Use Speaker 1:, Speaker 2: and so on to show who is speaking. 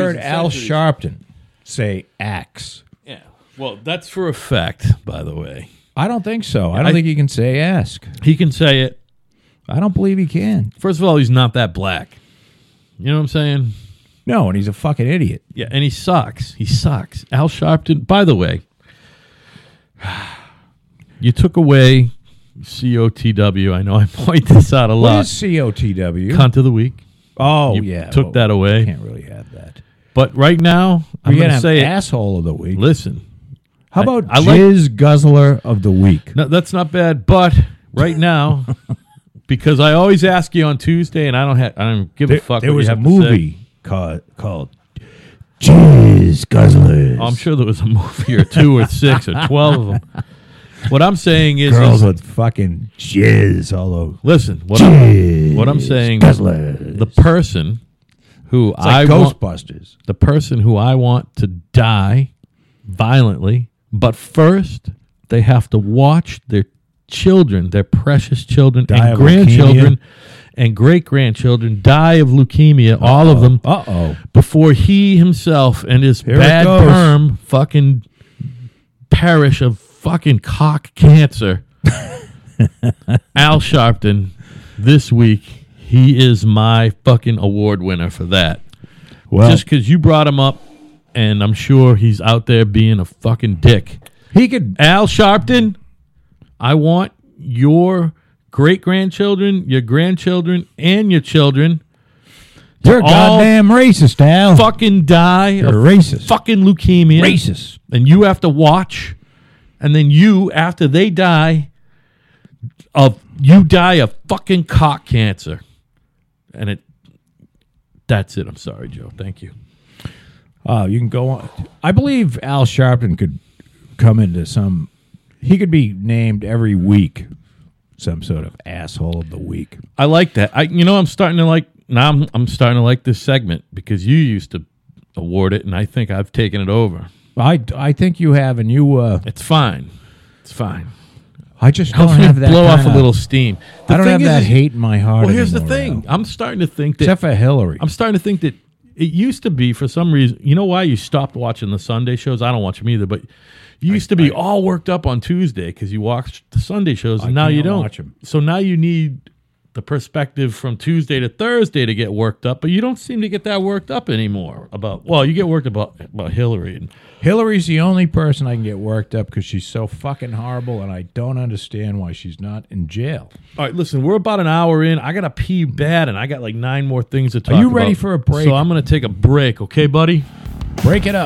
Speaker 1: heard Al
Speaker 2: centuries.
Speaker 1: Sharpton say axe.
Speaker 2: Yeah. Well, that's for a fact, by the way.
Speaker 1: I don't think so. I don't
Speaker 2: I-
Speaker 1: think he can say ask.
Speaker 2: He can say it.
Speaker 1: I don't believe he can.
Speaker 2: First of all, he's not that black. You know what I'm saying?
Speaker 1: No, and he's a fucking idiot.
Speaker 2: Yeah, and he sucks. He sucks. Al Sharpton, by the way, you took away COTW. I know I point this out a
Speaker 1: What
Speaker 2: lot.
Speaker 1: is COTW?
Speaker 2: Cunt of the week.
Speaker 1: oh,
Speaker 2: You
Speaker 1: yeah.
Speaker 2: took
Speaker 1: well,
Speaker 2: that away.
Speaker 1: Can't really have that.
Speaker 2: But right now, I'm
Speaker 1: We're
Speaker 2: going
Speaker 1: gonna
Speaker 2: to
Speaker 1: have
Speaker 2: say it.
Speaker 1: asshole of the week.
Speaker 2: Listen,
Speaker 1: How about
Speaker 2: I like-
Speaker 1: jizz guzzler of the week?
Speaker 2: no, that's not bad. But right now, because I always ask you on Tuesday, and I don't have, I don't give a
Speaker 1: There,
Speaker 2: fuck.
Speaker 1: there
Speaker 2: what
Speaker 1: was
Speaker 2: you
Speaker 1: a
Speaker 2: have to say.
Speaker 1: movie called, called Jizz Guzzlers.
Speaker 2: I'm sure there was a movie or two or six or twelve of them. What I'm saying is,
Speaker 1: Girls
Speaker 2: is
Speaker 1: with fucking jizz all over.
Speaker 2: listen. What I'm,
Speaker 1: Jizz
Speaker 2: what I'm saying,
Speaker 1: Guzzlers.
Speaker 2: the person who I
Speaker 1: like
Speaker 2: want,
Speaker 1: Ghostbusters.
Speaker 2: the person who I want to die violently, but first they have to watch their children, their precious children
Speaker 1: Die
Speaker 2: and
Speaker 1: of
Speaker 2: grandchildren and great grandchildren die of leukemia, all of them,
Speaker 1: Uh oh.
Speaker 2: before he himself and his
Speaker 1: Here it
Speaker 2: bad
Speaker 1: goes.
Speaker 2: perm fucking perish of fucking cock cancer. Al Sharpton, this week, he is my fucking award winner for that.
Speaker 1: Well,
Speaker 2: Just because you brought him up, and I'm sure he's out there being a fucking dick.
Speaker 1: he could.
Speaker 2: Al Sharpton, I want your great grandchildren, your grandchildren, and your children
Speaker 1: You're a
Speaker 2: all
Speaker 1: goddamn racist, Al.
Speaker 2: fucking die
Speaker 1: You're
Speaker 2: of
Speaker 1: racist.
Speaker 2: fucking leukemia.
Speaker 1: Racist.
Speaker 2: And you have to watch. And then you, after they die, of you die of fucking cock cancer. And it that's it. I'm sorry, Joe. Thank you.
Speaker 1: Oh, you can go on. I believe Al Sharpton could come into some. He could be named every week, some sort of asshole of the week.
Speaker 2: I like that. I you know I'm starting to like now I'm I'm starting to like this segment because you used to award it and I think I've taken it over.
Speaker 1: I, I think you have, and you. Uh,
Speaker 2: It's fine. It's fine.
Speaker 1: I just don't
Speaker 2: Helps me
Speaker 1: have that.
Speaker 2: blow off a
Speaker 1: kinda-
Speaker 2: little steam. The
Speaker 1: I don't
Speaker 2: thing
Speaker 1: have
Speaker 2: is-
Speaker 1: that
Speaker 2: is-
Speaker 1: hate in my heart.
Speaker 2: Well, here's the
Speaker 1: anymore,
Speaker 2: thing.
Speaker 1: Al.
Speaker 2: I'm starting to think that
Speaker 1: Except for Hillary.
Speaker 2: I'm starting to think that it used to be for some reason. You know why you stopped watching the Sunday shows? I don't watch them either, but you used to be all worked up on Tuesday because you watched the Sunday shows, and now you
Speaker 1: can't
Speaker 2: don't.
Speaker 1: watch 'em.
Speaker 2: So now you need the perspective from Tuesday to Thursday to get worked up, but you don't seem to get that worked up anymore. About well, you get worked about about Hillary. And,
Speaker 1: Hillary's the only person I can get worked up because she's so fucking horrible, and I don't understand why she's not in jail.
Speaker 2: all right, listen, we're about an hour in. I got to pee bad, and I got like nine more things to talk.
Speaker 1: you ready
Speaker 2: about.
Speaker 1: for a break?
Speaker 2: So I'm going to take a break, okay, buddy.
Speaker 1: Break it up.